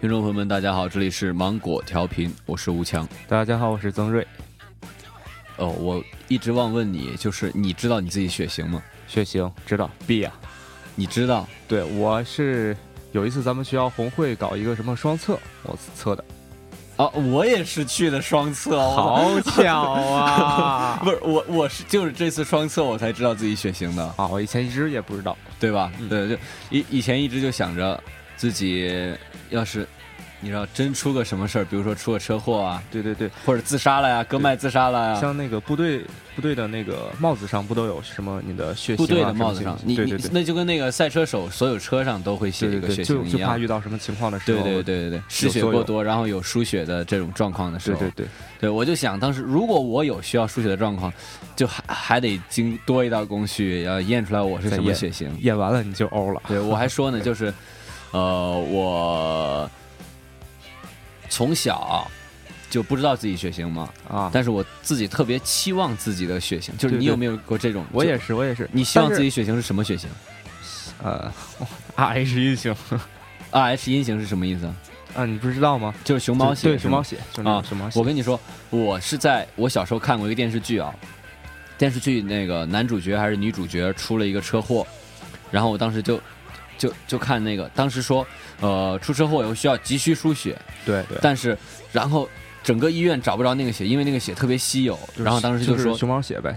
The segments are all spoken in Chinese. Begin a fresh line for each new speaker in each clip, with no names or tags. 听众朋友们，大家好，这里是芒果调频，我是吴强。
大家好，我是曾瑞。
哦，我一直忘问你，就是你知道你自己血型吗？
血型知道 B 呀、
你知道？
对，我是有一次咱们学校红会搞一个什么双测，我测的。
啊，我也是去的双测。我，
好巧啊！
不是我，我是就是这次双测我才知道自己血型的，
啊，我以前一直也不知道。
对吧？
嗯
对，就以以前一直就想着自己要是。你知道真出个什么事儿，比如说出个车祸啊，
对对对，
或者自杀了呀，割脉自杀了呀，
像那啊个部队部队的那个帽子上不都有什么你的血型、啊、
部队的
什么
帽子上，
情
你
对
你
对对
那就跟那个赛车手所有车上都会写一
对
个
对
血
对，
型
就
一
就怕
样
遇。到什么情况的时
对
候，
对对对对，失血
作
过
用
多，然后有输血的这种状况的时
对
候，
对对，
对我就想，当时如果我有需要输血的状况，就还还得经多一道工序，要验出来我是
再
什么
验
血型。
演完了你就欧了。
对我还 说呢，就是，呃，我从小就不知道自己血型嘛，
啊，
但是我自己特别期望自己的血型。就是
对
你有
对
没有过这种？
我
就
也是，我也是。
你希望
但
自
是
己血型是什么血型
呃，RH 阴性
？RH 阴型是什么意思啊？
啊，你不知道吗？
就是熊猫
就
血，
对，
是
熊
吗
猫血，就那
啊
种熊猫血。
我跟你说，我是在我小时候看过一个电视剧啊，电视剧那个男主角还是女主角出了一个车祸，然后我当时就就就看那个，当时说，呃，出车祸以后需要急需输血，
对对，
但是然后整个医院找不着那个血，因为那个血特别稀有，
就是
然后当时
就是
说，
熊猫血呗，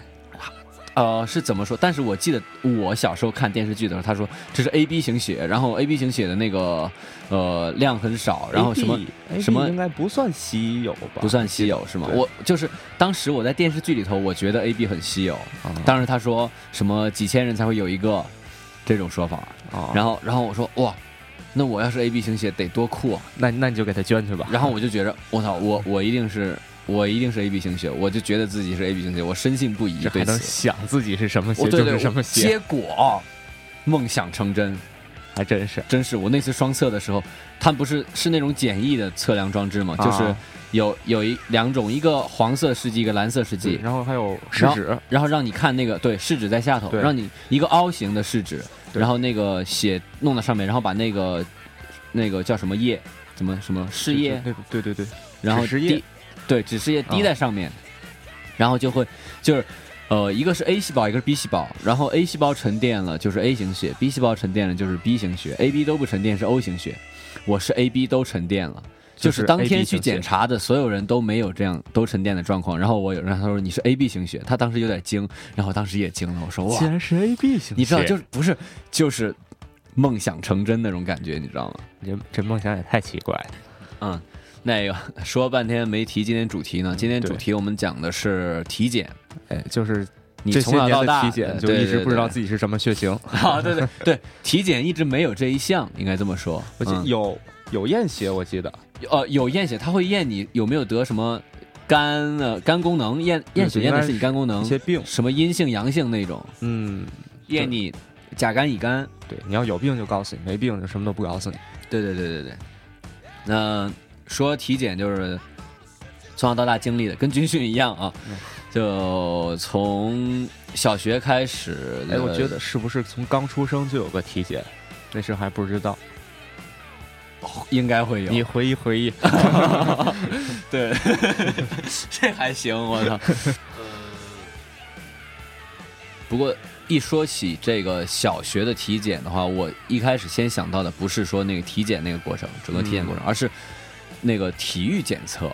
呃，是怎么说？但是我记得我小时候看电视剧的时候，他说这是 A B 型血，然后 A B 型血的那个呃量很少，然后什么
AB
什么
AB 哎应该不算稀有吧？
不算稀有是吗？
啊对
我就是当时我在电视剧里头，我觉得 A B 很稀有。
啊，
当时他说什么几千人才会有一个这种说法，
啊，
然
后
后然后我说哇，那我要是 A B 型血得多酷啊！
那那你就给他捐去吧。
然后我就觉着我操，我我一定是我一定是 A B 型血，我就觉得自己是 A B 型血，我深信不疑
这还
对
能
此。
想自己是什么
我
血
对
就
对
是什么
我
血，
结果梦想成真，
还真是
真是我那次双测的时候，它不是是那种简易的测量装置嘛，就是
啊
有有一两种，一个黄色试剂，一个蓝色试
对
剂。
然后还有试
然后
纸，
然后让你看那个对试纸在下头，
对
让你一个凹形的试纸，
对
然后那个血弄到上面，然后把那个那个叫什么液，怎么什么试液，
对对对对，
然后
指示液
滴，对，指示液
啊
滴在上面，然后就会就是。呃，一个是 A 细胞，一个是 B 细胞，然后 A 细胞沉淀了就是 A 型血，B 细胞沉淀了就是 B 型血，A、B 都不沉淀是 O 型血，我是 A、B 都沉淀了，就
就是是
当
AB
天去
型血
检查的所有人都没有这样都沉淀的状况，然后我有人他说你是 A、B 型血，他当时有点惊，然后当时也惊了，我说哇
既，然是 AB 型血，
你知道就是不是就是梦想成真那种感觉，你知道吗？
这这梦想也太奇怪了。
嗯，那个说半天没提今天主题呢，今天
嗯对
主题我们讲的是体检。
哎，就是
你
这
从
些
小到
年的
大
体检
呃
就
对
一直
对
不知道
对
自己是什么血型，
啊，对对对，体检一直没有这一项，应该这么说。
我记
嗯
有有验血，我记得
呃有验血，他会验你有没有得什么肝呃肝功能验验血
对
验的
应该
是你肝功能
一，些病，
什么阴性阳性那种，
嗯，
验你甲肝乙肝。
对，你要有病就告诉你，没病就什么都不告诉你。
对对对对对。那说体检就是从小到大经历的，跟军训一样啊
嗯，
就从小学开始。
哎，我
呃
觉得是不是从刚出生就有个体检？那时候还不知道，
应该会有。
你回忆回忆，
对，这还行，我操。不过一说起这个小学的体检的话，我一开始先想到的不是说那个体检那个过程，整个体检过
嗯
程，而是那个体育检测，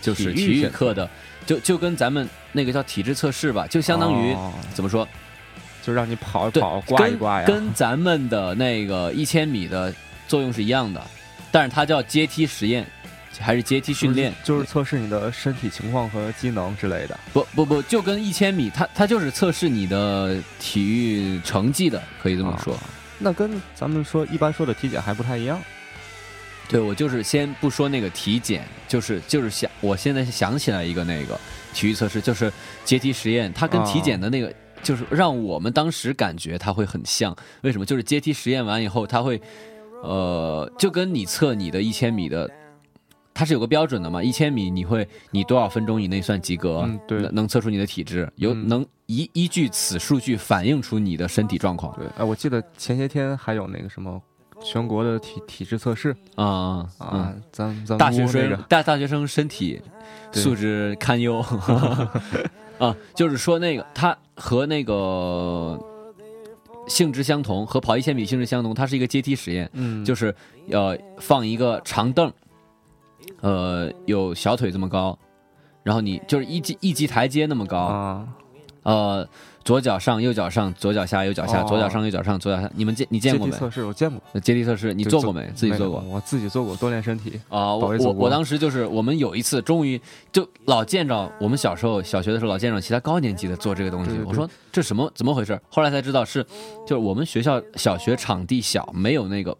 就是
体育
体育
检测
课的，就就跟咱们那个叫体质测试吧，就相当于、
哦
怎么说，
就让你跑一
对
跑，挂一
跟
哎挂呀。
跟咱们的那个一千米的作用是一样的，但是它叫阶梯实验，还是阶梯训练？
就是就是测试你的身体情况和机能之类的。
不不不，就跟一千米，它它就是测试你的体育成绩的，可以这么说。
那跟咱们说一般说的体检还不太一样。
对我就是先不说那个体检，就是就是想我现在想起来一个那个体育测试，就是阶梯实验，它跟体检的那个。就是让我们当时感觉它会很像，为什么？就是阶梯实验完以后，它会，呃，就跟你测你的一千米的，它是有个标准的嘛，一千米你会你多少分钟以内算及格，
嗯对
能能测出你的体质，有、
嗯
能依依据此数据反映出你的身体状况。
对，哎，我记得前些天还有那个什么全国的体体质测试
啊啊
啊，
嗯
咱们咱们
大学
屋那
生嗯
个
大大学生身体
对
素质堪 忧啊，就是说那个它和那个性质相同，和跑一千米性质相同，它是一个阶梯实验，
嗯，
就是呃放一个长凳，呃有小腿这么高，然后你就是一级一级台阶那么高，
啊，
呃，左脚上，右脚上，左脚下，右脚下，左脚
哦
上，右脚上，左脚下。你们见你
阶
见过
梯
没？
测试我见过，
呃阶梯测试你
就
做
做
过没？自己
没
做
有
过
我自己做过，锻炼身体
啊？
不好
我
意思
我
我
我当时就是我们有一次终于就老见着我们小时候小学的时候老见着其他高年级的做这个东西
对，对
我说这什么怎么回事？后来才知道是就是我们学校小学场地小，没有那个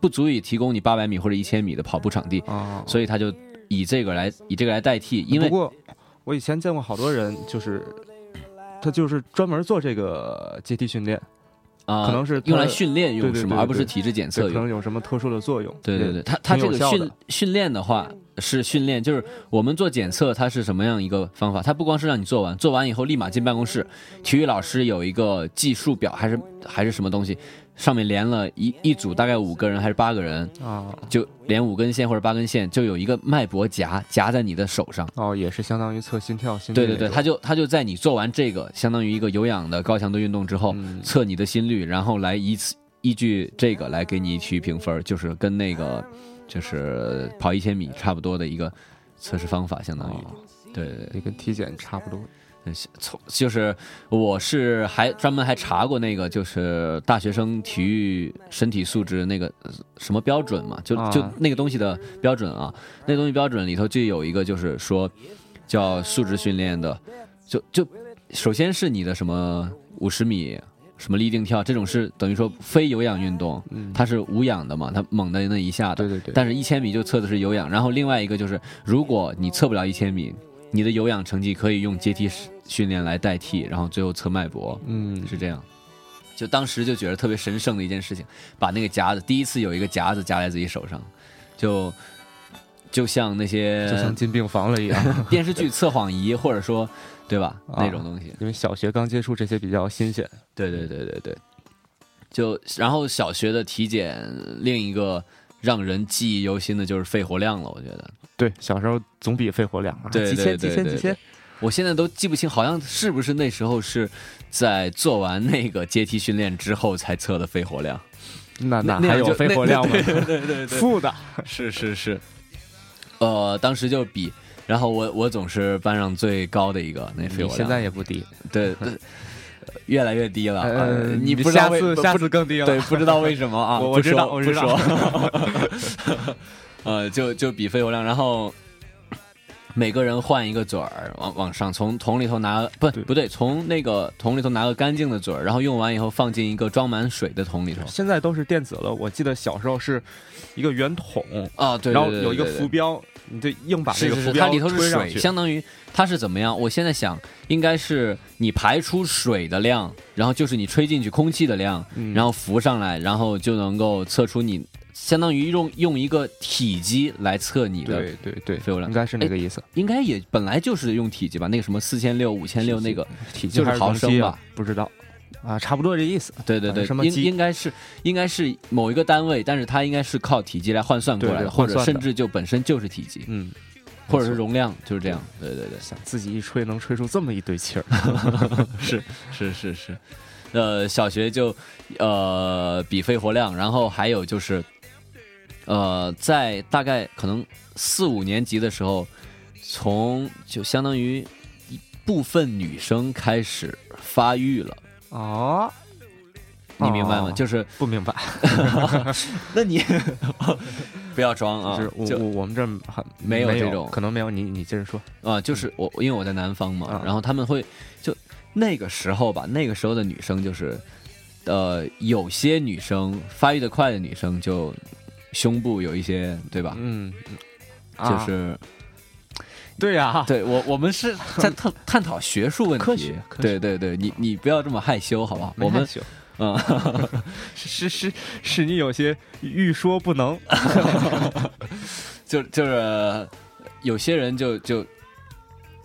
不足以提供你八百米或者一千米的跑步场地，
啊，
所以他就以这个来以这个来代替，因为
不过我以前见过好多人，就是他就是专门做这个阶梯训练，
啊
可能是
用来
他
训练
对
用
对
是吗？
对
而不是
对
体质检
这
测
可
用。
能有什么特殊的作用。
对对
也
对，他他
挺
这
有
个
效的
训训练的话是训练，就是我们做检测，它是什么样一个方法？它不光是让你做完，做完以后立马进办公室，体育老师有一个计数表还是还是什么东西，上面连了一一组大概五个人还是八个人，
啊，
就连五根线或者八根线，就有一个脉搏夹夹在你的手上。
哦，也是相当于测心跳、心率
对对
那
对，
种
他就他就在你做完这个相当于一个有氧的高强度运动之后，
嗯
测你的心率，然后来依次依据这个来给你去评分，就是跟那个就是跑一千米差不多的一个测试方法，相当于。
哦
对对对
也跟体检差不多。
嗯，从就是我是还专门还查过那个，就是大学生体育身体素质那个呃什么标准嘛，就
啊
就那个东西的标准啊，那东西标准里头就有一个，就是说叫素质训练的，就就首先是你的什么五十米。什么立定跳这种是等于说非有氧运动，
嗯，
它是无氧的嘛，它猛的那一下的
对，对对，
但是一千米就测的是有氧，然后另外一个就是，如果你测不了一千米，你的有氧成绩可以用阶梯训练来代替，然后最后测脉搏，
嗯
是这样。就当时就觉得特别神圣的一件事情，把那个夹子第一次有一个夹子夹在自己手上，就就像那
就像
些
进病房了一样。
电视剧测谎仪，或者说对吧
啊
那种东西。
因为小学刚接触这些比较新鲜，
对对对对对，就然后小学的体检另一个让人记忆犹新的就是肺活量了，我觉得。
对，小时候总比肺活量啊，
对
几
对
千几
对
千
对
几千，
我现在都记不清，好像是不是那时候是在做完那个阶梯训练之后才测的肺活量？
那
那
那
那
还
样
有
就
肺
那
活量吗
对？对对对 对，
负的，
是是是。呃，当时就比，然后我我总是班上最高的一个，那肺
你
活量
现在也不低。
对对，越来越低了。呃
呃，
你不知道
下
为
次
不
下次更低了。
对，不知道为什么啊，
我
不
我知道
说
我知道
不说呃，就就比肺活量，然后每个人换一个嘴儿，往往上从桶里头拿不
对
不对，从那个桶里头拿个干净的嘴儿，然后用完以后放进一个装满水的桶里头。
现在都是电子了，我记得小时候是一个圆筒，
啊，对，
然后
对对
有一个
对对
浮标，你得硬把
是
这个
是
浮
是，它
标
里头
推
是
上
水，
去。
相当于它是怎么样？我现在想，应该是你排出水的量，然后就是你吹进去空气的量，
嗯
然后浮上来，然后就能够测出你，相当于用用一个体积来测你的，
对对对，
肺活量
应该是那个意思。
应该也本来就是用体积吧？那个什么四千六、五千六那个，
体积
就是
还
毫
容
升
积
吧
啊？不知道啊，差不多这意思。
对对对
什，么
应
机
应该是应该是某一个单位，但是它应该是靠体积来换算过来
对
的，
对
或
换
者
算的
甚至就本身就是体积，
嗯，
或者是容量，就是这样。对对对。
想自己一吹能吹出这么一堆气儿。
是是是是，呃，小学就呃比肺活量，然后还有就是，呃，在大概可能四五年级的时候，从就相当于一部分女生开始发育了，
哦，
你明白吗？
哦
就是，
不明白，
那你 不要装
就
啊
是，我
就
我我们这儿很
没有
有
这种
可能没有。你你接着说，
啊，就是我因为我在南方嘛
啊，
然后他们会就那个时候吧，那个时候的女生就是，呃，有些女生发育的快的女生就胸部有一些，对吧？
嗯，
就
啊
是
对呀，
对我我们 是在探探讨学术问
科
题
学，科
对对对，你你不要这么害羞好不好？
没
我们
害羞
嗯，
啊 是是是是你有些欲说不能。
啊就就是有些人就就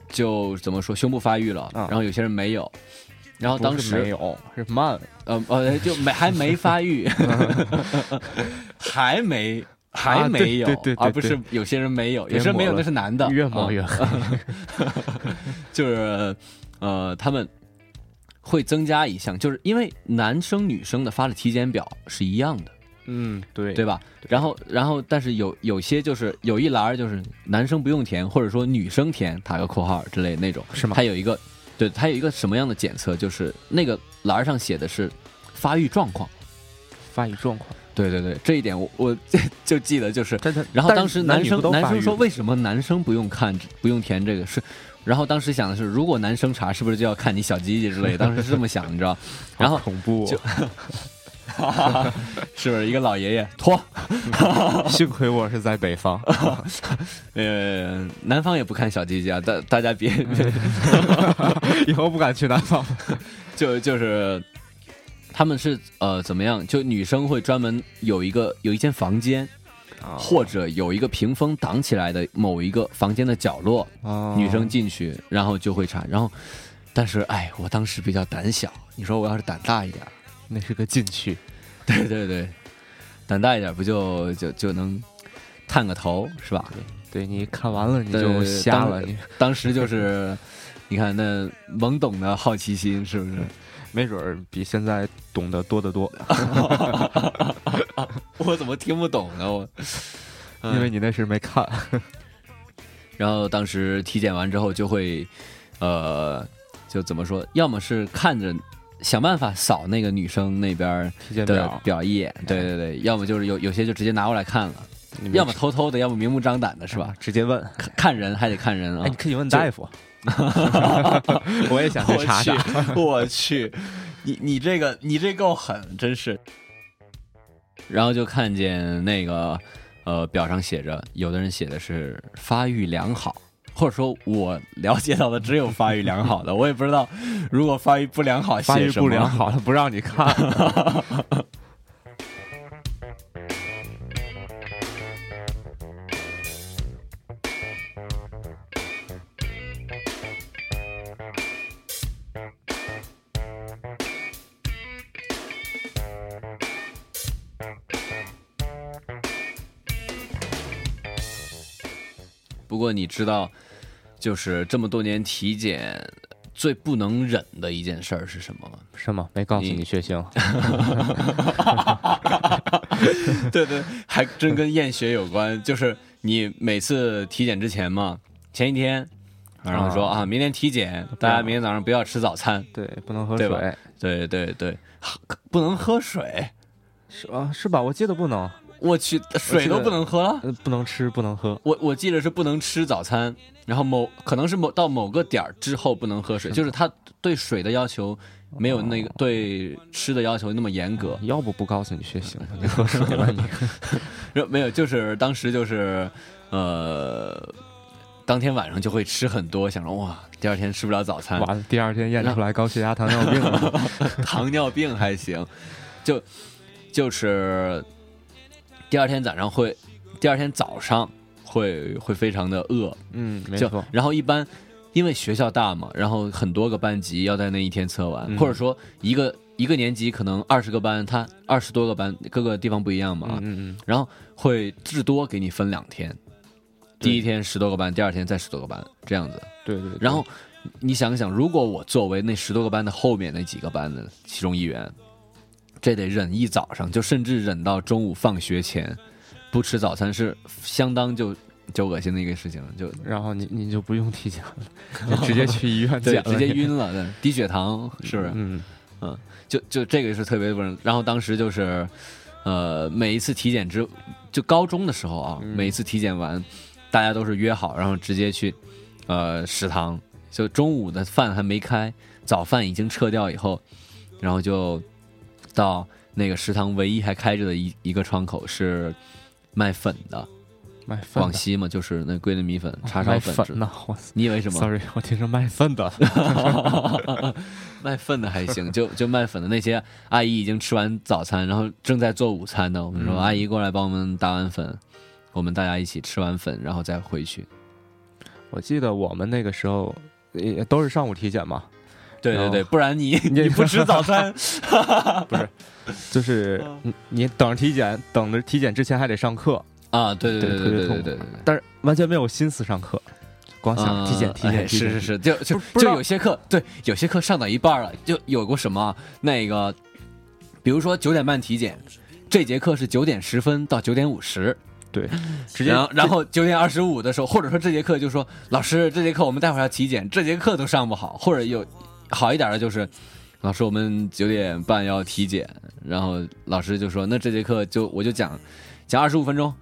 就怎么说胸部发育了，
啊
然后有些人没有，然后当
不是没
时
有是慢，
呃呃就没还没发 育，还没还没有，
啊对对对
而不
对
是有些人没有，
别
有些人没有
抹了
那是男的，
越
啊
磨越黑。
就是呃，他们会增加一项，就是因为男生女生的发的体检表是一样的，
嗯，对
对吧？然后然后，但是有有些就是有一栏儿就是男生不用填，或者说女生填打个括号之类的那种，
是吗
它有一个对，它有一个什么样的检测，就是那个栏儿上写的是发育状况。
发育状况，
对对对，这一点我我 就记得就是
但他
然后当时
男
男
女
生
不都
男
发育
生说
吗
为什么男生不用看不用填这个是，然后当时想的是如果男生查是不是就要看你小鸡鸡之类的，当时是这么想你知道，然后
好恐怖哦
就 是不是一个老爷爷脱，
哦， 幸亏我是在北方，
呃南方也不看小鸡鸡啊，大大家别
以后不敢去南方。
就就是他们是呃怎么样，就女生会专门有一个有一间房间， 或者有一个屏风挡起来的某一个房间的角落，
哦
女生进去，然后就会查，然后，但是哎，我当时比较胆小，你说我要是胆大一点儿，
那是个禁区，
对对对，胆大一点儿不就就就能探个头是吧？
对你看完了你
对
就瞎了，
当
你
当时就是， 你看那懵懂的好奇心是不是？
没准儿比现在懂得多得多，
我怎么听不懂呢？我，嗯
因为你那时没看。
然后当时体检完之后就会，呃，就怎么说，要么是看着。想办法扫那个女生那边儿
体检
的
表，
表一眼，对对对，要么就是有有些就直接拿过来看了，
你没
要么偷偷的，要么明目张胆的，是吧？？
直接问，
看看人还得看人啊
哎，你！可以问
就
大夫。我也想去查查。
啊 我去，你你这个你这够狠，真是。 然后就看见那个呃表上写着，有的人写的是发育良好，或者说我了解到的只有发育良好的，我也不知道如果发育不良好
发
写
育
什么
不 良好了，不让你看。
不过你知道，就是这么多年体检最不能忍的一件事儿是什么吗？
是吗？没告诉
你
你血型，
对对，还真跟验血有关。就是你每次体检之前嘛，前一天，然后说啊，明天体检，大家明天早上不要吃早餐。
对，不能喝
对吧
水，
对对对，喝不能喝水，
是啊，是吧？我记得不能，
我去，水都不能喝了。
呃，不能吃，不能喝。
我我记得是不能吃早餐，然后某可能是某到某个点儿之后不能喝水，就是他对水的要求没有那个对吃的要求那么严格。
要不不告诉你血 型呢，你喝水了你。
然后没有，就是当时就是，呃，当天晚上就会吃很多，想着哇，第二天吃不了早餐，
完了，第二天验出来高血压、糖尿病了。
糖尿病还行，就就是第二天早上会，第二天早上会会非常的饿，
嗯，没
就
错。
然后一般因为学校大嘛，然后很多个班级要在那一天测完，
嗯
或者说一个一个年级可能二十个班，它二十多个班，各个地方不一样嘛，
嗯嗯
然后会至多给你分两天，
对
第一天十多个班，第二天再十多个班，这样子
嗯。，对对。对
然后你想想，如果我作为那十多个班的后面那几个班的其中一员，这得忍一早上，就甚至忍到中午放学前，不吃早餐是相当就就恶心的一个事情，就
然后你你就不用体检 了，你直接去医院
对
检，了，
直接晕了，对低血糖是不是？
嗯，
就就这个是特别不能。然后当时就是，呃，每一次体检之，就高中的时候啊，每一
嗯
次体检完，大家都是约好，然后直接去，呃，食堂，就中午的饭还没开，早饭已经撤掉以后，然后就到那个食堂唯一还开着的一一个窗口是卖粉的，
卖粪
广
的哦
西嘛，就是那桂林米粉、叉烧
卖
粉之
粉 呢？我
你以为什么？
sorry，我听成卖粪 的。
卖粪的还行，就就卖粉的那些阿姨已经吃完早餐，然后正在做午餐呢。我们说、
嗯
阿姨过来帮我们打碗粉，我们大家一起吃完粉，然后再回去。
我记得我们那个时候也都是上午体检嘛，
对对
然
对，
后
不然你
你
你不吃早餐，
就是你你等着体检，等着体检之前还得上课，
啊，对对
对
对
特别
对对
痛
对
苦
对对。
但是完全没有心思上课，光
嗯
想体检体
哎
检
是
体检。
是是，就就
不知
就
道
有些课，对，有些课上到一半了，就有过什么啊那个，比如说九点半体检，这节课是九点十分到九点五十，
对，直接
然后然后九点二十五的时候，或者说这节课就说老师，这节课我们待会儿要体检，这节课都上不好，或者有好一点的就是。老师，我们九点半要体检，然后老师就说：“那这节课就我就讲，讲二十五分钟。”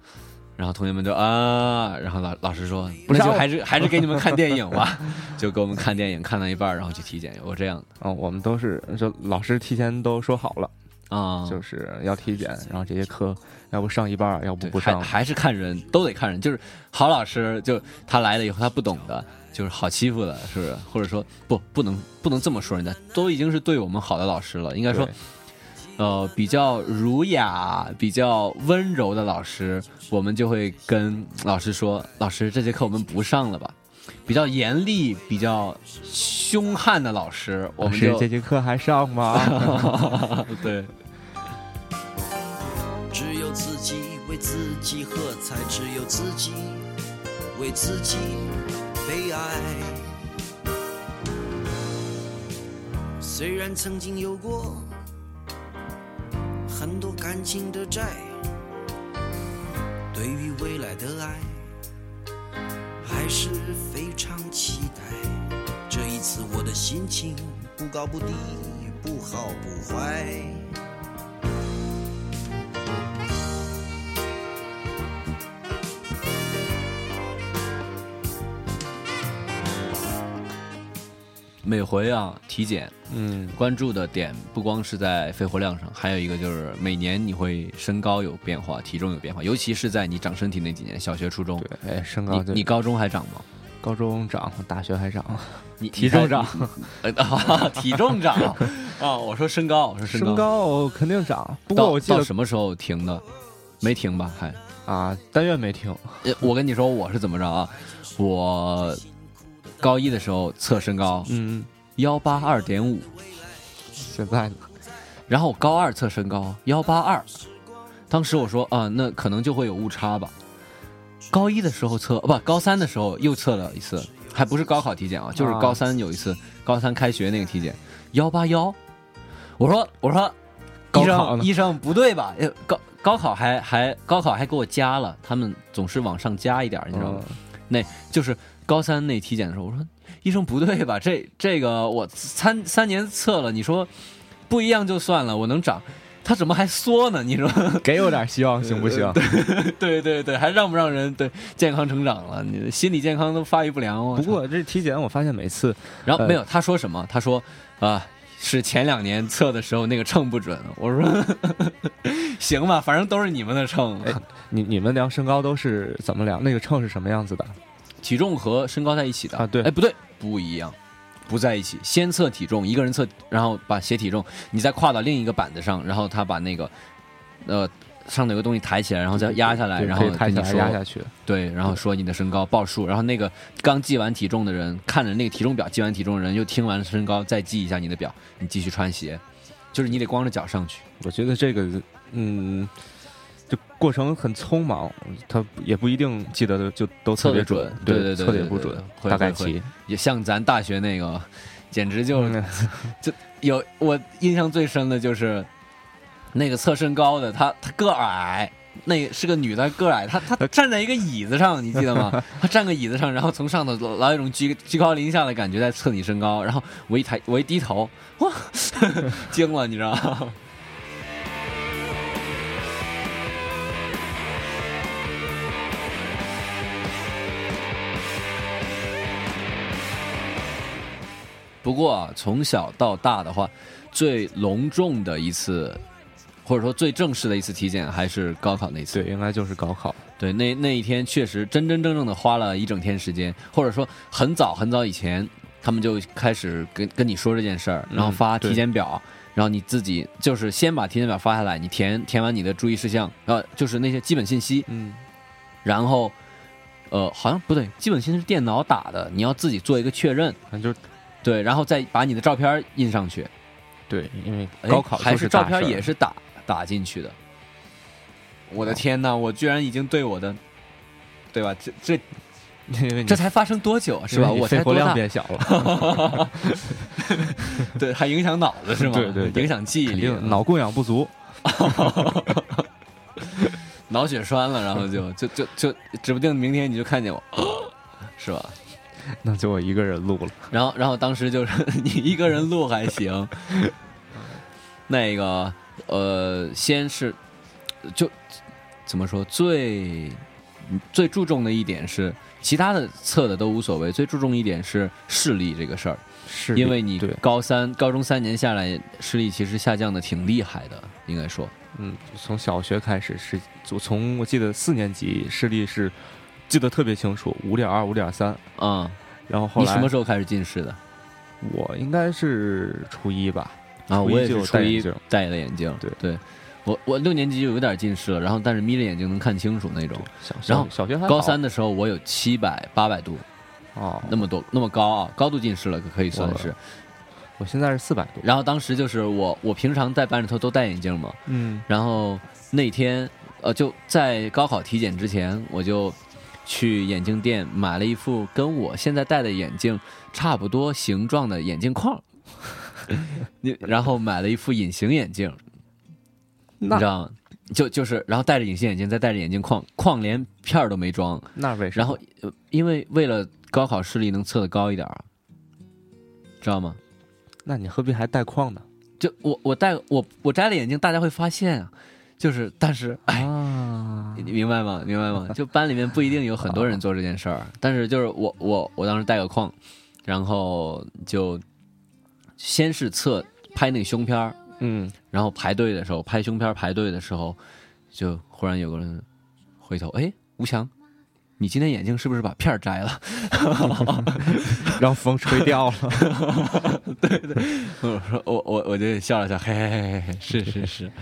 然后同学们就啊，然后老老师说：“
不
那
是
就
啊
还是还是给你们看电影吧。” 就给我们看电影，看到一半儿然后去体检，我这样的
嗯，我们都是就老师提前都说好了，
啊，
就是要体检，然后这节课要不上一半儿，要不
对
不
还
上。
还是看人，都得看人。就是好老师，就他来了以后，他不懂的，就是好欺负的，是不是？或者说不，不能不能这么说人家，都已经是对我们好的老师了。应该说
对，
呃，比较儒雅、比较温柔的老师，我们就会跟老师说：“老师，这节课我们不上了吧。”比较严厉、比较凶悍的老师，我
老
们
师
就
啊这节课还上吗？
对。
只有自己为自己喝彩，只有自己为自己悲哀。虽然曾经有过很多感情的债，对于未来的爱还是非常期待。这一次我的心情不高不低，不好不坏。
每回啊体检
嗯，
关注的点不光是在肺活量上，还有一个就是每年你会身高有变化，体重有变化，尤其是在你长身体那几年，小学、初中，
对，哎，身高
你
就
你高中还长吗？
高中长，大学还长，
你
体重长，，
你 看啊体重长 啊！我说身高，我说
身
高，
高肯定长。不
到
过我记
到
得
什么时候停的？没停吧？还，
啊，但愿没停。
呃我跟你说我是怎么着啊？我高一的时候测身高
嗯，
幺八二点五，
现在呢？
然后我高二测身高幺八二，当时我说啊，那可能就会有误差吧。高一的时候测，不，高三的时候又测了一次，还不是高考体检啊，就是
啊
高三有一次，高三开学那个体检幺八幺，我说我说，
高
医
考
生
呢
医生不对吧？呃高高考还还高考还给我加了，他们总是往上加一点儿，你知道吗？就是高三那体检的时候，我说医生不对吧？这这个我三三年测了，你说不一样就算了，我能长，他怎么还缩呢？你说
嗯给我点希望行不行？
对对对，还让不让人对健康成长了？你心理健康都发育不良哦。
不过这体检我发现每次
然后
呃
没有他说什么？他说啊、是前两年测的时候那个秤不准。我说 行吧，反正都是你们的秤，
哎你你们量身高都是怎么量？那个秤是什么样子的？
体重和身高在一起的
啊对
哎不对，不一样。不在一起，先测体重，一个人测，然后把写体重，你再跨到另一个板子上，然后他把那个，呃，上头有个东西抬起来，然后再压下来，
对
哎然
可
后
以抬起
跟
来
你说
压下去。
对，然后说你的身高报数，然后那个刚记完体重的人看着那个体重表，记完体重的人又听完身高，再记一下你的表，你继续穿鞋，就是你得光着脚上去。
我觉得这个，嗯，这过程很匆忙，他也不一定记得的就都特别准
测得准，
对
对对对
测的也
对
不
对
准
对，会
大概
会
齐。
也像咱大学那个，简直就
嗯
有我印象最深的就是那个测身高的，她她个儿矮，那是个女的个儿矮，她
呃
她站在一个椅子上，你记得吗？她站个椅子上，然后从上头老老有一种居居高临下的感觉在测你身高，然后我一抬我一低头，哇， 惊了，你知道吗？ 不过啊，从小到大的话，最隆重的一次，或者说最正式的一次体检，还是高考那次。
对，应该就是高考。
对，那那一天确实真真正正的花了一整天时间，或者说很早很早以前，他们就开始跟跟你说这件事儿，然后
嗯
发
对
体检表，然后你自己就是先把体检表发下来，你填填完你的注意事项，然后就是那些基本信息，
嗯，
然后呃，好像不对，基本信息是电脑打的，你要自己做一个确认。
反正就是
对，然后再把你的照片印上去。
对，因为
哎
高考
还
就是是
照
大
片
事儿
也是打打进去的。我的天呐，我居然已经对我的，对吧？这这
因为你
嗯 这才发生多久啊是吧？
因为你
我
肺
才多
活量
大？
变小 了，
对，还影响脑子是吗？
对对对
影响记忆
肯
力，
定脑供氧不足。
脑血栓了，然后 就就就就，指不定明天你就看见我， 是吧？
那就我一个人录了。
然后，然后当时就是你一个人录还行， 那个呃，先是就怎么说最最注重的一点是，其他的测的都无所谓，最注重一点是视力这个事儿，
是
因为你
对，
高三、高中三年下来，视力其实下降的挺厉害的，应该说，
嗯，从小学开始是，就从我记得四年级视力是记得特别清楚，五点二、五点三，
嗯，
然后后
你
来
什么时候开始近视的？
我应该是初一吧，
啊，
初一
我也
就是有
初
戴眼
一
镜
戴的眼镜，
对
对，我我六年级就有点近视了，然后但是眯着眼睛能看清楚那种。
小
然后
小小学还好
高三的时候我有七百八百度，
哦，
那么多那么高啊，高度近视了可以算是。
我现在是四百多，
然后当时就是我我平常在班里头都戴眼镜嘛，
嗯
然后那天呃就在高考体检之前我就。去眼镜店买了一副跟我现在戴的眼镜差不多形状的眼镜框，你然后买了一副隐形眼镜，你
那
知道吗？就就是，然后戴着隐形眼镜，再戴着眼镜框，框连片儿都没装，
那为什
然
么？
后，呃因为为了高考视力能测得高一点儿，啊知道吗？
那你何必还带框呢？
就我我戴我我摘了眼镜，大家会发现啊，就是但是哎，
啊
你，你明白吗？明白吗？就班里面不一定有很多人做这件事儿，但是就是我我我当时戴个框，然后就先是测拍那个胸片儿，
嗯，
然后排队的时候拍胸片儿排队的时候，就忽然有个人回头，哎，吴强。你今天眼镜是不是把片儿摘了？
让风吹掉了。
我说我我我就笑了笑，嘿嘿嘿嘿，嘿，是是是，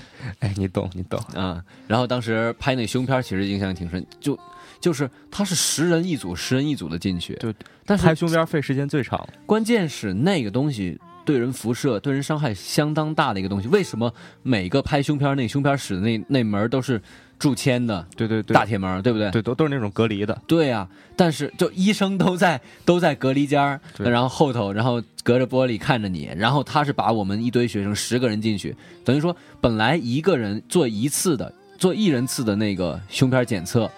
哎，你懂，你懂。
啊，然后当时拍那胸片儿，其实印象挺深，就就是他是十人一组，十人一组的进去，
对，
但
拍
是
胸片费时间最长，
关键是那个东西对人辐射、对人伤害相当大的一个东西。为什么每个拍胸片儿那胸片儿室的那那门儿都是铸铅的
对对对，
大铁门儿，对不对？
对都都是那种隔离的，
对啊，但是就医生都在都在隔离间儿，
对
然后后头，然后隔着玻璃看着你，然后他是把我们一堆学生十个人进去，等于说本来一个人做一次的做一人次的那个胸片检测，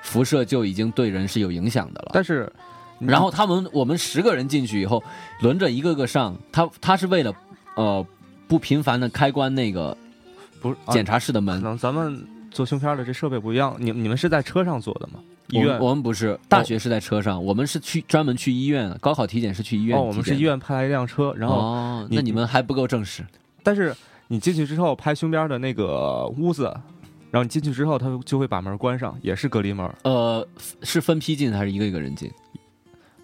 辐射就已经对人是有影响的了。
但是你
然后他们我们十个人进去以后，轮着一个个上，他他是为了呃不频繁的开关那个
不是
检
查，
查室的门
可，能咱们做胸片的这设备不一样，你你们是在车上做的吗？医
我们
院哦
我们不是大学是在车上，我们是去专门去医院，高考体检是去医院体检的。
哦，我们是医院派来一辆车，然后
哦，
你
那你们还不够正式。
但是你进去之后拍胸边的那个屋子，然后你进去之后，他就会把门关上，也是隔离门，
呃，是分批进还是一个一个人进？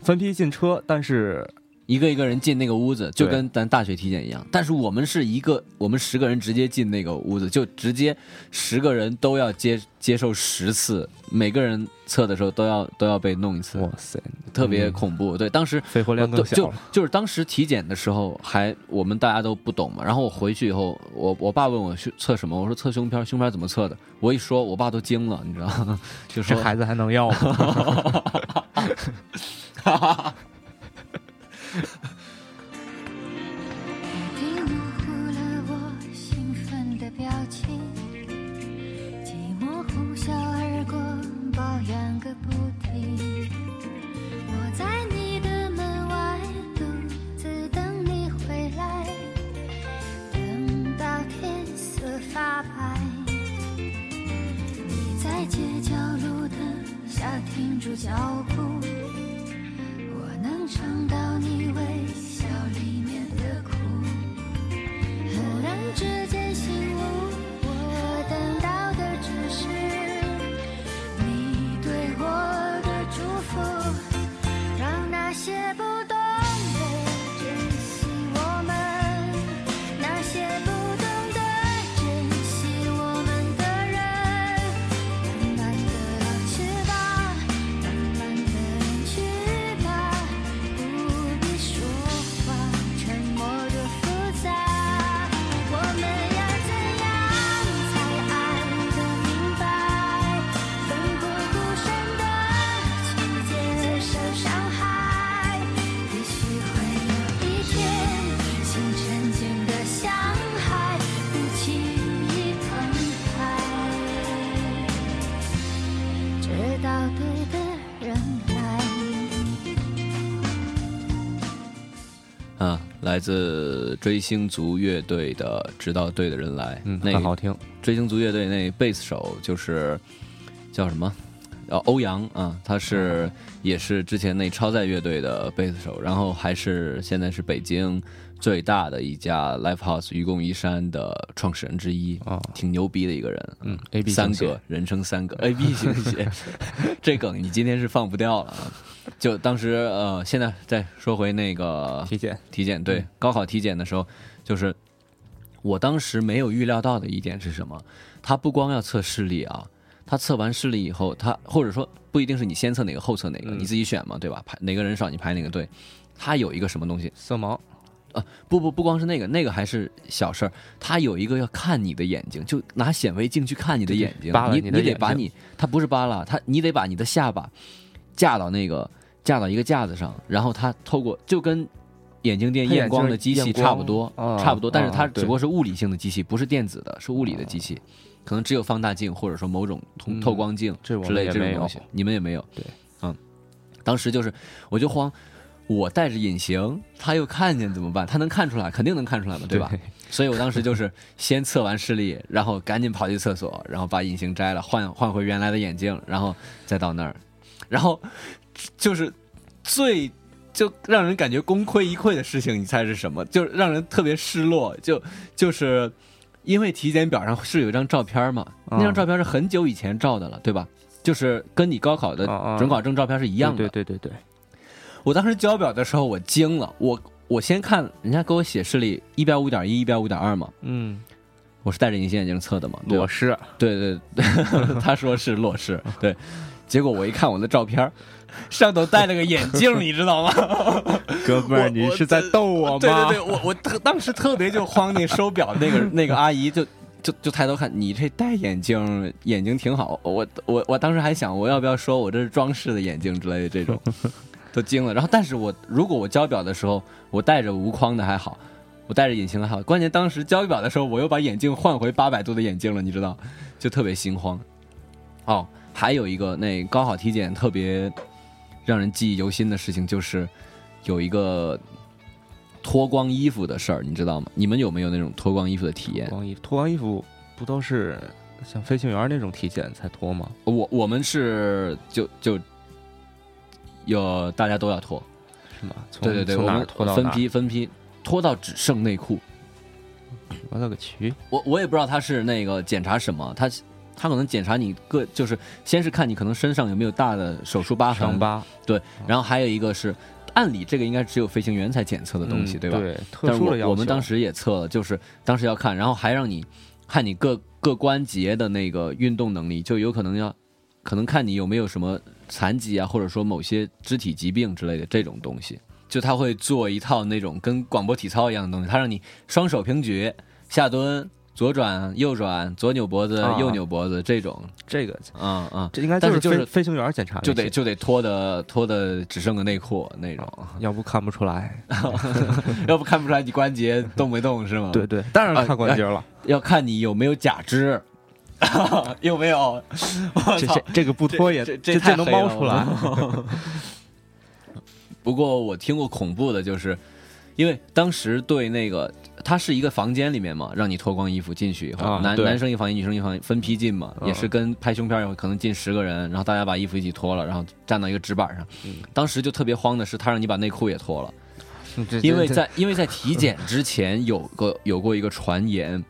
分批进车，但是
一个一个人进那个屋子，就
对
跟咱大学体检一样。但是我们是一个，我们十个人直接进那个屋子，就直接十个人都要接接受十次，每个人测的时候都要都要被弄一次，
哇塞，
特别
嗯
恐怖。对，当时
肺活量
对
更小
就
了，
就是当时体检的时候还我们大家都不懂嘛，然后我回去以后，我我爸问我去测什么，我说测胸片，胸片怎么测的？我一说，我爸都惊了，你知道吗？就
这
说
孩子还能 要吗？
你模糊了我兴奋的表情，寂寞呼啸而过，抱怨个不停。我在你的门外独自等你回来，等到天色发白。你在街角路的小停住脚步，我能尝到你微笑里面的苦。忽然之间醒悟，我
嗯来自追星族乐队的《直到对的人来》。
嗯，
那
很好听。
追星族乐队那贝斯手就是叫什么？呃，欧阳啊，他是也是之前那超载乐队的贝斯手，然后还是现在是北京最大的一家 live house 愚公移山的创始人之一，
哦
挺牛逼的一个人。
嗯，A B
三个人称三个 A 哎 B 型血，这梗你今天是放不掉了啊！就当时呃，现在再说回那个
体检，
体检，对，高考体检的时候，就是我当时没有预料到的一点是什么？他不光要测视力啊，他测完视力以后，他或者说不一定是你先测哪个后测哪个，
嗯
你自己选嘛，对吧？排哪个人少你排哪个队。他有一个什么东西？
色盲，
不不不光是那个，那个还是小事儿。他有一个要看你的眼睛，就拿显微镜去看你的眼睛，
扒拉
你
你的
得
眼
把
睛
你，他不是扒拉，他你得把你的下巴架到那个架到一个架子上，然后他透过就跟眼镜店
它眼
验光
睛
的机
验
器
光
差不多，
啊
差不多，但是
啊
它
对啊
只不过是物理性的机器，不是电子的，是物理的机器，可能只有放大镜或者说某种透
嗯
透光镜
这我
之类
们也
这种
没有
东西，你们也没有。
对，
嗯，当时就是我就慌。我戴着隐形，他又看见怎么办？他能看出来，肯定能看出来嘛，对吧？所以我当时就是先测完视力，然后赶紧跑去厕所，然后把隐形摘了，换换回原来的眼镜，然后再到那儿，然后就是最就让人感觉功亏一篑的事情，你猜是什么？就是让人特别失落，就就是因为体检表上是有一张照片嘛，那张
啊
照片是很久以前照的了，对吧？就是跟你高考 的
啊啊
呃准考证照片是一
一
样的
对。对对对，
我当时交表的时候，我惊了，我我先看人家给我写视力一边五点一，一边五点二嘛，
嗯，
我是戴着隐形眼镜测的嘛，对吧
裸视，
对对， 他说是裸视，对。结果我一看我的照片儿，上头戴了个眼 镜，你知道吗？
哥们儿，你是在逗我吗？
对对对，我我 特当时特别就慌，那收表那个那个阿姨就就就抬头看你这戴眼镜，眼睛挺好。我我我当时还想我要不要说我这是装饰的眼镜之类的这种，都惊了。然后但是我如果我交表的时候我戴着无框的还好。我戴着隐形的还好，关键当时交表的时候，我又把眼镜换回八百度的眼镜了，你知道，就特别心慌。哦，还有一个那高考体检特别让人记忆犹新的事情，就是有一个脱光衣服的事儿，你知道吗？你们有没有那种脱光衣服的体验？
光衣服脱完衣服不都是像飞行员那种体检才脱吗？
我我们是就就有大家都要脱，
是吗？从
对对对，
从
我
哪儿
们
脱到
分
哪儿？
批分批脱到只剩内裤。
我勒个去！
我我也不知道他是那个检查什么，他他可能检查你个就是先是看你可能身上有没有大的手术疤痕
伤，疤
对，然后还有一个是按理这个应该只有飞行员才检测的东西，
嗯
对吧？
对，
但
特
是
殊的要
我
求。
我们当时也测了，就是当时要看，然后还让你看你各各关节的那个运动能力，就有可能要可能看你有没有什么残疾啊，或者说某些肢体疾病之类的这种东西。就他会做一套那种跟广播体操一样的东西，他让你双手平举、下蹲、左转、右转、左扭脖子、
啊
右扭脖子这种，
这个
嗯嗯，
这应该
但是
是
就是
飞飞行啊员检查那
就得
些
就得脱的脱的只剩个内裤那种，
要不看不出来。
要不看不出来你关节动没动是吗？
对对，当然
啊
看关节了。
要看你有没有假肢， 有没有？哎我
这
操
这！这个不脱也
这这
这
太
能
黑了
猫出来。
不过我听过恐怖的，就是因为当时对那个，它是一个房间里面嘛，让你脱光衣服进去以后，
啊
男
对
男生一房间，女生一房间，分批进嘛，
嗯
也是跟拍胸片有可能进十个人，然后大家把衣服一起脱了，然后站到一个纸板上。
嗯
当时就特别慌的是，他让你把内裤也脱了，
这
因为
这
在因 为在体检之前有个有过一个传言，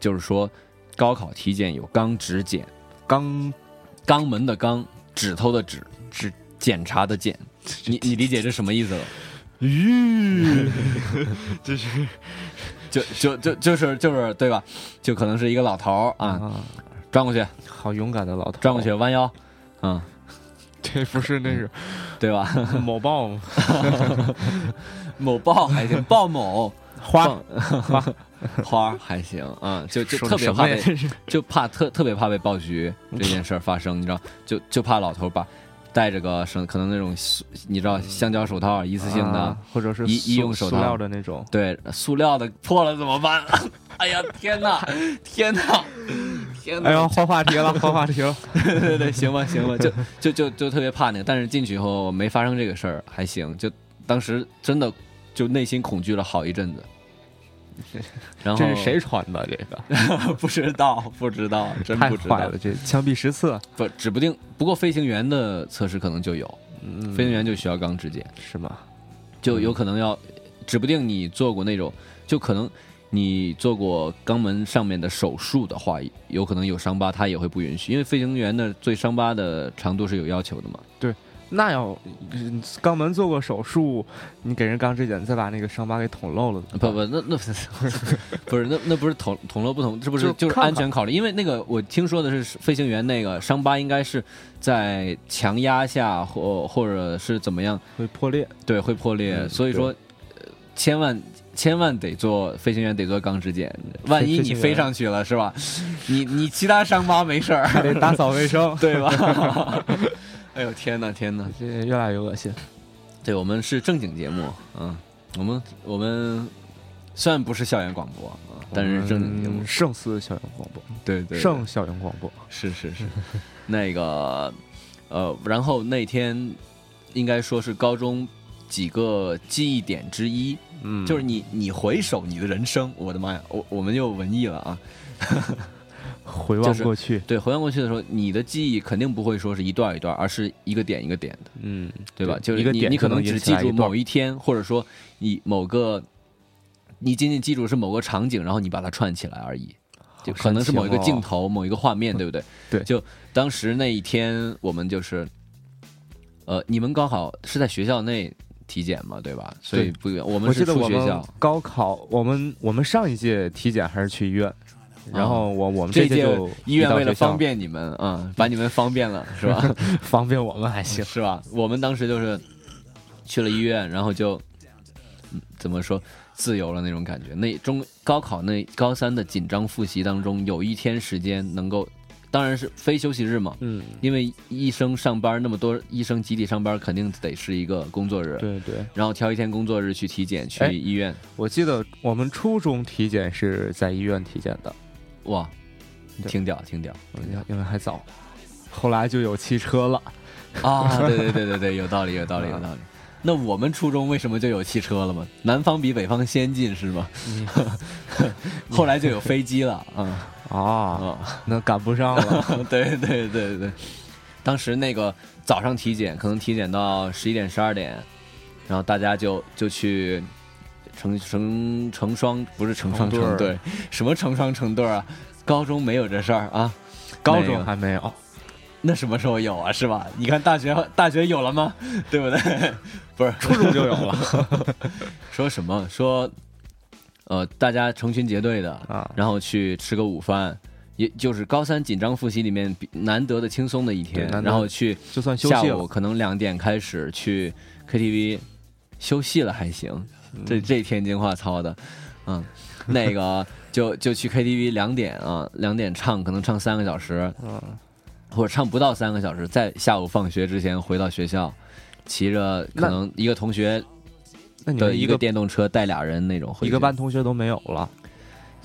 就是说高考体检有肛指检。
刚
肛门的肛，指头的指，指检查的 检。你你理解这什么意思了？
吁，
就就就就是就是对吧？就可能是一个老头儿啊，
啊，
转过去，
好勇敢的老头，
转过去，，弯腰，嗯，
这不是那 是
对吧？
某豹吗？
某豹还行，鲍某
花
花儿还行啊、嗯，就就
说
特
的
别
什
怕
么呀
被，就怕特特别怕被爆菊
嗯
这件事儿发生，你知道，就就怕老头儿把戴着个什么可能那种你知道橡胶手套一次性的。
啊或者是
医
塑
医用手
塑
套
料的那种，
对，塑料的破了怎么办？ 哎呀，天哪， 天哪，天哪！
哎呦，换话题了，换话题了。
对对对，行吧，行吧，就就就就特别怕那个，但是进去以后没发生这个事儿，还行。就当时真的就内心恐惧了好一阵 子。 然后
这是谁传的？这个
不知道，不知道，真
太
不知
坏
道
了，。这枪毙十次
不，指不定。不过飞行员的测试可能就有，
嗯
飞行员就需要钢指甲，
是吗？
就有可能要，指不定你做过那种，就可能你做过肛门上面的手术的话，有可能有伤疤，他也会不允许，因为飞行员的对伤疤的长度是有要求的嘛。
那要嗯肛门做过手术，你给人钢指甲，你再把那个伤疤给捅漏了，
不不，那那 不是那那不是捅捅了不捅，这不是
就
就是
看看
安全考虑，因为那个我听说的是飞行员那个伤疤应该是在强压下或或者是怎么样，
会破裂。
对，会破裂，
嗯
所以说、呃千万千万得做飞行员得做钢指检，万一
飞
你
行员
飞上去了是吧？你你其他伤疤没事儿，，
还得打扫卫生
对吧？ 哎呦天哪天哪！
这越来越恶心。
对我们是正经节目，嗯，我们我们虽然不是校园广播，啊但是正经节目
嗯，胜似校园广播，
对对对
胜校园广播。
是是是， 那个呃，然后那天应该说是高中几个记忆点之一，
嗯
就是你你回首你的人生，我的妈呀，我我们又文艺了啊！
回
就
望
是
过去，
对，回望过去的时候，你的记忆肯定不会说是一段儿一段儿，而是一个点一个点的，
嗯，
对吧？就是
一个
你
点，
你可能只记住某
一
一天，或者说你某个，你仅仅记住是某个场景，然后你把它串起来而已。就可能是某一个镜
头，
头、某一个画面，对不对？
哦 对
就当时那一天，我们就是，呃，你们高考是在学校内体检嘛，对吧？所以
对
不一样，我
我
们
记
是
得
出
我
学
们
校，
高考，我们我们上一届体检还是去医院，然后我我们
哦这
届
届
就
医院
到
为了
学校
方便你们啊、把你们方便了，是吧？
方便我们还行，
是吧？我们当时就是去了医院，然后就、嗯怎么说自由了那种感觉。那中高考那高三的紧张复习当中，有一天时间能够，当然是非休息日嘛，
嗯，
因为医生上班那么多，医生集体上班肯定得是一个工作日，
对对。
然后挑一天工作日去体检，去
哎
医院，
我记得我们初中体检是在医院体检的，
哇，
对
挺屌，挺屌
因为还早，后来就有汽车了。
啊！对对对对对，有道理，有道理，有道理。那我们初中为什么就有汽车了吗？南方比北方先进是吗？
嗯
后来就有飞机 了啊啊！
啊，那赶不上了。
对对对对，当时那个早上体检，可能体检到十一点十二点，然后大家就就去成成成双，不是成双
成对
成
儿
对，什么成双成对儿啊？高中没有这事儿啊，
高
没有
中还没有，
那什么时候有啊？是吧？你看大学大学有了吗？对不对？ 不是
初中就有了
说什么说，呃，大家成群结队的，
啊。
然后去吃个午饭。也就是高三紧张复习里面比难得的轻松的一天
对，难得
然后去
就算休
下
息
午
了，
可能两点开始去 KTV 休息了还行，
嗯
这这天津话操的，嗯，那 个就就去 KTV 两点啊，两点唱可能唱三个小时，
嗯，
或者唱不到三个小时，在下午放学之前回到学校，骑着可
那
能一个同学
那你
的
们
一
一
个
个
电动车带俩人那种回
一
去，
个班同学都没有了，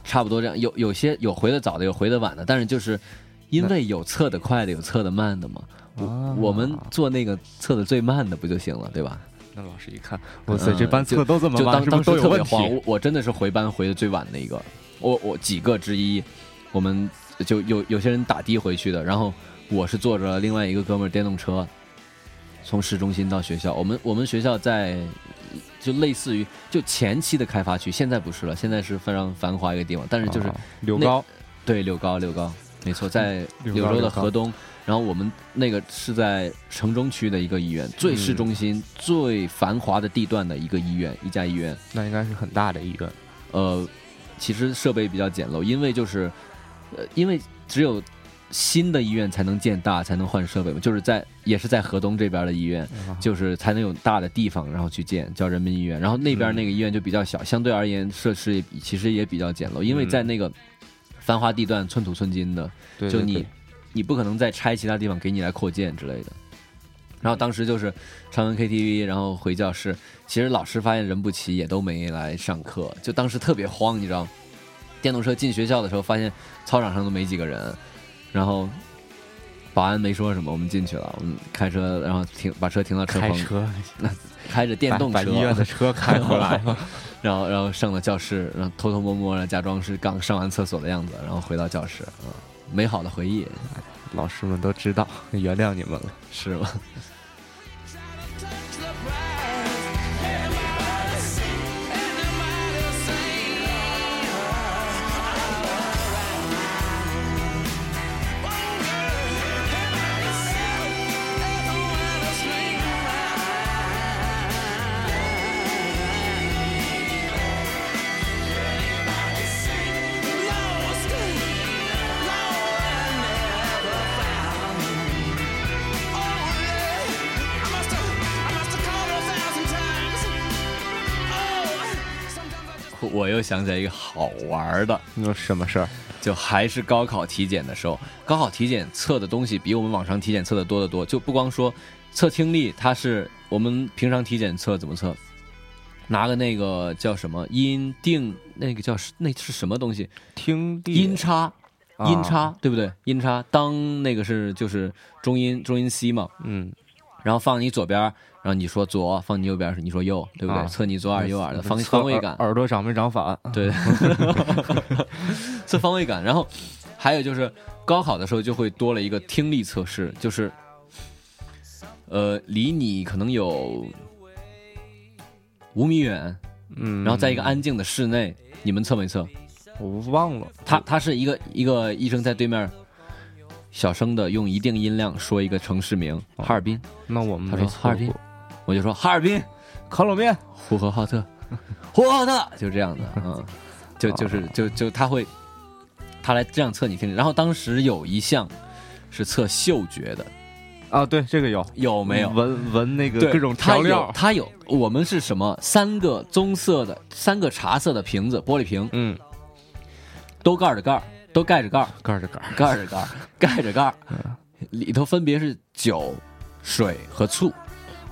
差不多这样，有有些有回的早的，有回的晚的，但是就是因为有测的快的，有测的慢的嘛。我
啊
我们做那个测的最慢的不就行了，对吧？
那老师一看，哇塞，
嗯
这班测都这么
就
慢，
当
是不
当
是
时
都有
特别
问题？
慌，我我真的是回班回的最晚的一个，我我几个之一，我们就有有些人打的回去的，然后我是坐着另外一个哥们儿电动车，从市中心到学校，我们我们学校在就类似于就前期的开发区，现在不是了，现在是非常繁华一个地方，但是就是
啊柳
那
高，
对，柳高，柳高，没错，在
柳
柳
高
州的
柳高
河东。然后我们那个是在城中区的一个医院，最
嗯
市中心、最繁华的地段的一个医院，一家医院。
那应该是很大的医院。
呃，其实设备比较简陋，因为就是，呃，因为只有新的医院才能建大，才能换设备嘛。就是在也是在河东这边的医
啊
院，就是才能有大的地方，然后去建，叫人民医院。然后那边那个医院就比较小，相对而言设施也比其实也比较简陋，因为在那个繁华地段寸土寸金的，
对
就
对
你
对
你不可能再拆其他地方给你来扩建之类的。然后当时就是唱完 KTV，然后回教室，其实老师发现人不齐，也都没来上课，就当时特别慌，你知道吗？电动车进学校的时候，发现操场上都没几个人，然后。保安没说什么，我们进去了，我们开车，然后停把车停到车
开
棚，
车
开着电动
把把医院
车
的，车开 回来，
然后然后上了教室，然后偷偷摸摸的假装是刚上完厕所的样子，然后回到教室，嗯，美好的回忆
老师们都知道，原谅你们了。
是吗？ 我又想起来一个好玩儿的，
你说什么事儿？
就还是高考体检的时候，高考体检测的东西比我们网上体检测的多得多。就不光说测听力，它是我们平常体检测怎么测？拿个那个叫什么音定，那个叫是那是什么东西？
听力
音叉，
啊
音叉，对不对？音叉当那个是就是中音中音 C 嘛，
嗯，
然后放你左边儿，然后你说左，放你右边儿你说右，对不对？
啊
测你左耳右耳的方
侧
方位感，
耳耳朵长没长反？
对，测方位感。然后还有就是高考的时候就会多了一个听力测试，就是呃离你可能有五米远，
嗯，
然后在一个安静的室内，你们测没测？
我忘了，
他他是一个一个医生在对面。小声的用一定音量说一个城市名，
哦
哈尔滨，
那我们
他
没
说
错
哈尔滨
过，
我就说哈尔滨，
烤冷面
呼和浩特，呼和浩特，就这样的，嗯，就就是就就他会，他来这样测你听力。然后当时有一项是测嗅觉的，
啊，对，这个有
有没有？
闻闻那个
对，
各种调料？
它有，它有。我们是什么？三个棕色的，三个茶色的瓶子，玻璃瓶，
嗯，
都盖儿着盖儿，都盖着盖儿，
盖儿着盖儿，
盖着盖儿，盖着盖儿，里头分别是酒、水和醋。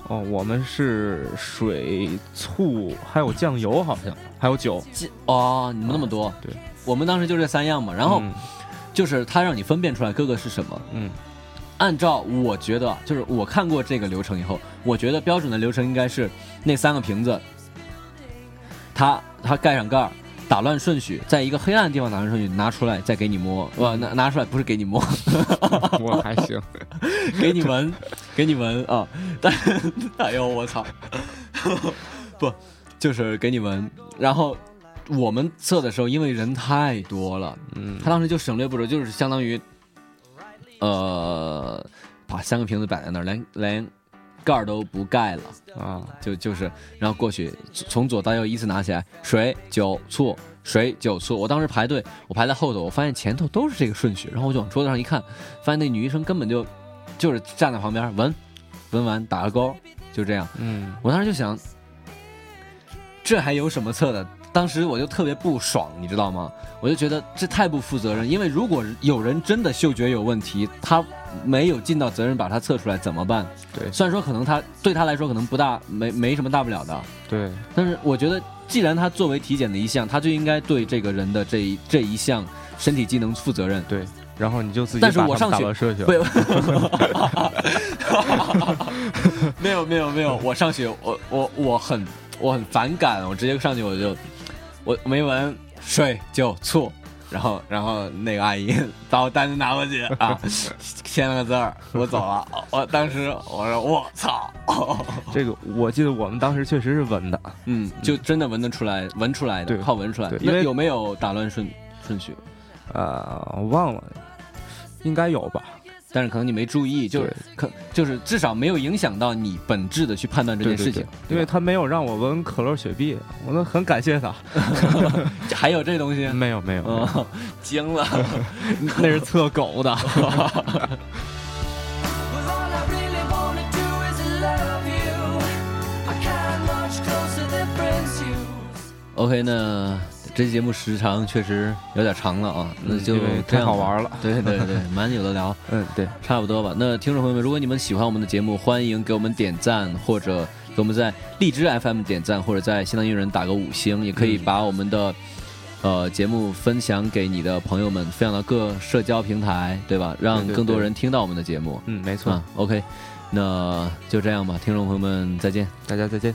哦，我们是水、醋，还有酱油，好像还有酒。
这哦，你们那么多？
对，
我们当时就这三样嘛。然后
嗯
就是它让你分辨出来各个是什么。
嗯
按照我觉得，就是我看过这个流程以后，我觉得标准的流程应该是那三个瓶子，它它盖上盖儿，打乱顺序，在一个黑暗的地方打乱顺序，拿出来再给你摸，呃，拿拿出来不是给你摸，
我还行，
给你闻，给你闻啊！ 但哎呦我操， 不就是给你闻，然后。我们测的时候，因为人太多了，
嗯
他当时就省略步骤，就是相当于，呃，把三个瓶子摆在那儿，连连盖儿都不盖了，
啊，
就就是，然后过去从左到右依次拿起来，水、酒、醋，水、酒、醋。我当时排队，我排在后头，我发现前头都是这个顺序，然后我就往桌子上一看，发现那女医生根本就就是站在旁边闻，闻完打个勾，就这样。
嗯
我当时就想，这还有什么测的？当时我就特别不爽，你知道吗？我就觉得这太不负责任，因为如果有人真的嗅觉有问题，他没有尽到责任把它测出来怎么办？
对
虽然说可能他对他来说可能不大，没没什么大不了的，
对，
但是我觉得既然他作为体检的一项，他就应该对这个人的这一这一项身体技能负责任。
对，然后你就自己
但是
把
我
他
上
们打
去
到社去了，
对， 没有没有没有，我上去我我我很我很反感，我直接上去我就我没闻睡就醋，然后然后那个阿姨 把我单子拿过去啊， 签了个字儿，我走了。我当时我说我操，
这个我记得我们当时确实是闻的，
嗯，就真的闻得出来，闻出来的，
对
靠闻出来
对。因
那
为
有没有打乱顺顺序？
呃，我忘了，应该有吧？
但是可能你没注意，就是可就是至少没有影响到你本质的去判断这件事情，
因为他没有让我闻可乐雪碧，我都很感谢他。
还有这东西，
没有没有，没有
嗯，惊了，
那是测狗的。
Well, all I really wanna do is love you. I can't much closer than friends you.
OK，那这期节目时长确实有点长了啊，那
嗯
就
因为
这
太
样
好
吧
玩了
对对 对，蛮有的聊，
嗯，对，
差不多吧。那听众朋友们，如果你们喜欢我们的节目，欢迎给我们点赞，或者
嗯
给我们在荔枝 FM 点赞，或者在新浪音乐人打个五星，也可以把我们的呃节目分享给你的朋友们，分享到各社交平台，对吧？让
对对
更多
对
人听到我们的节目。
嗯，没错，
啊，OK，那就这样吧，听众朋友们再见。
大家再见。